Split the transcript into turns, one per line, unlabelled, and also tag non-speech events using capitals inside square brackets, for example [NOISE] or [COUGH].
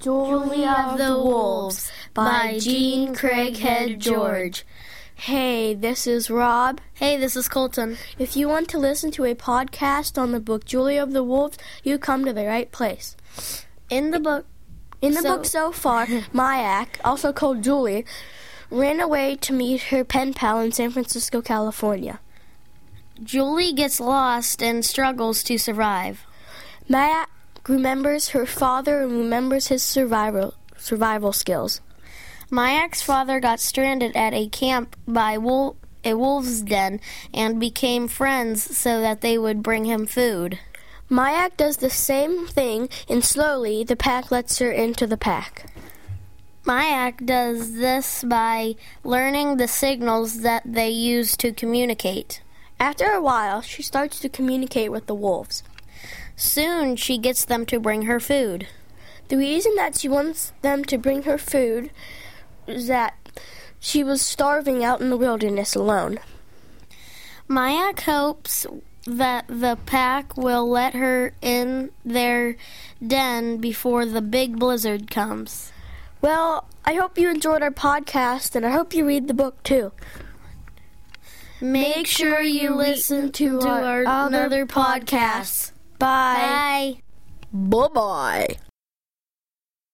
Julie of the Wolves by Jean Craighead George.
Hey, this is Rob.
Hey, this is Colton.
If you want to listen to a podcast on the book Julia of the Wolves, you come to the right place.
In the book,
In the book
[LAUGHS]
so far, Mayak, also called Julie, ran away to meet her pen pal in San Francisco, California.
Julie gets lost and struggles to survive.
Mayak remembers her father and remembers his survival survival skills.
My ex father got stranded at a camp by wolf, a wolf's den and became friends so that they would bring him food.
Mayak does the same thing, and slowly the pack lets her into the pack.
Mayak does this by learning the signals that they use to communicate.
After a while, she starts to communicate with the wolves.
Soon she gets them to bring her food.
The reason that she wants them to bring her food is that she was starving out in the wilderness alone.
Mayak hopes that the pack will let her in their den before the big blizzard comes.
Well, I hope you enjoyed our podcast and I hope you read the book too.
Make sure you listen to our, other podcasts.
Bye.
Bye.
Bye bye.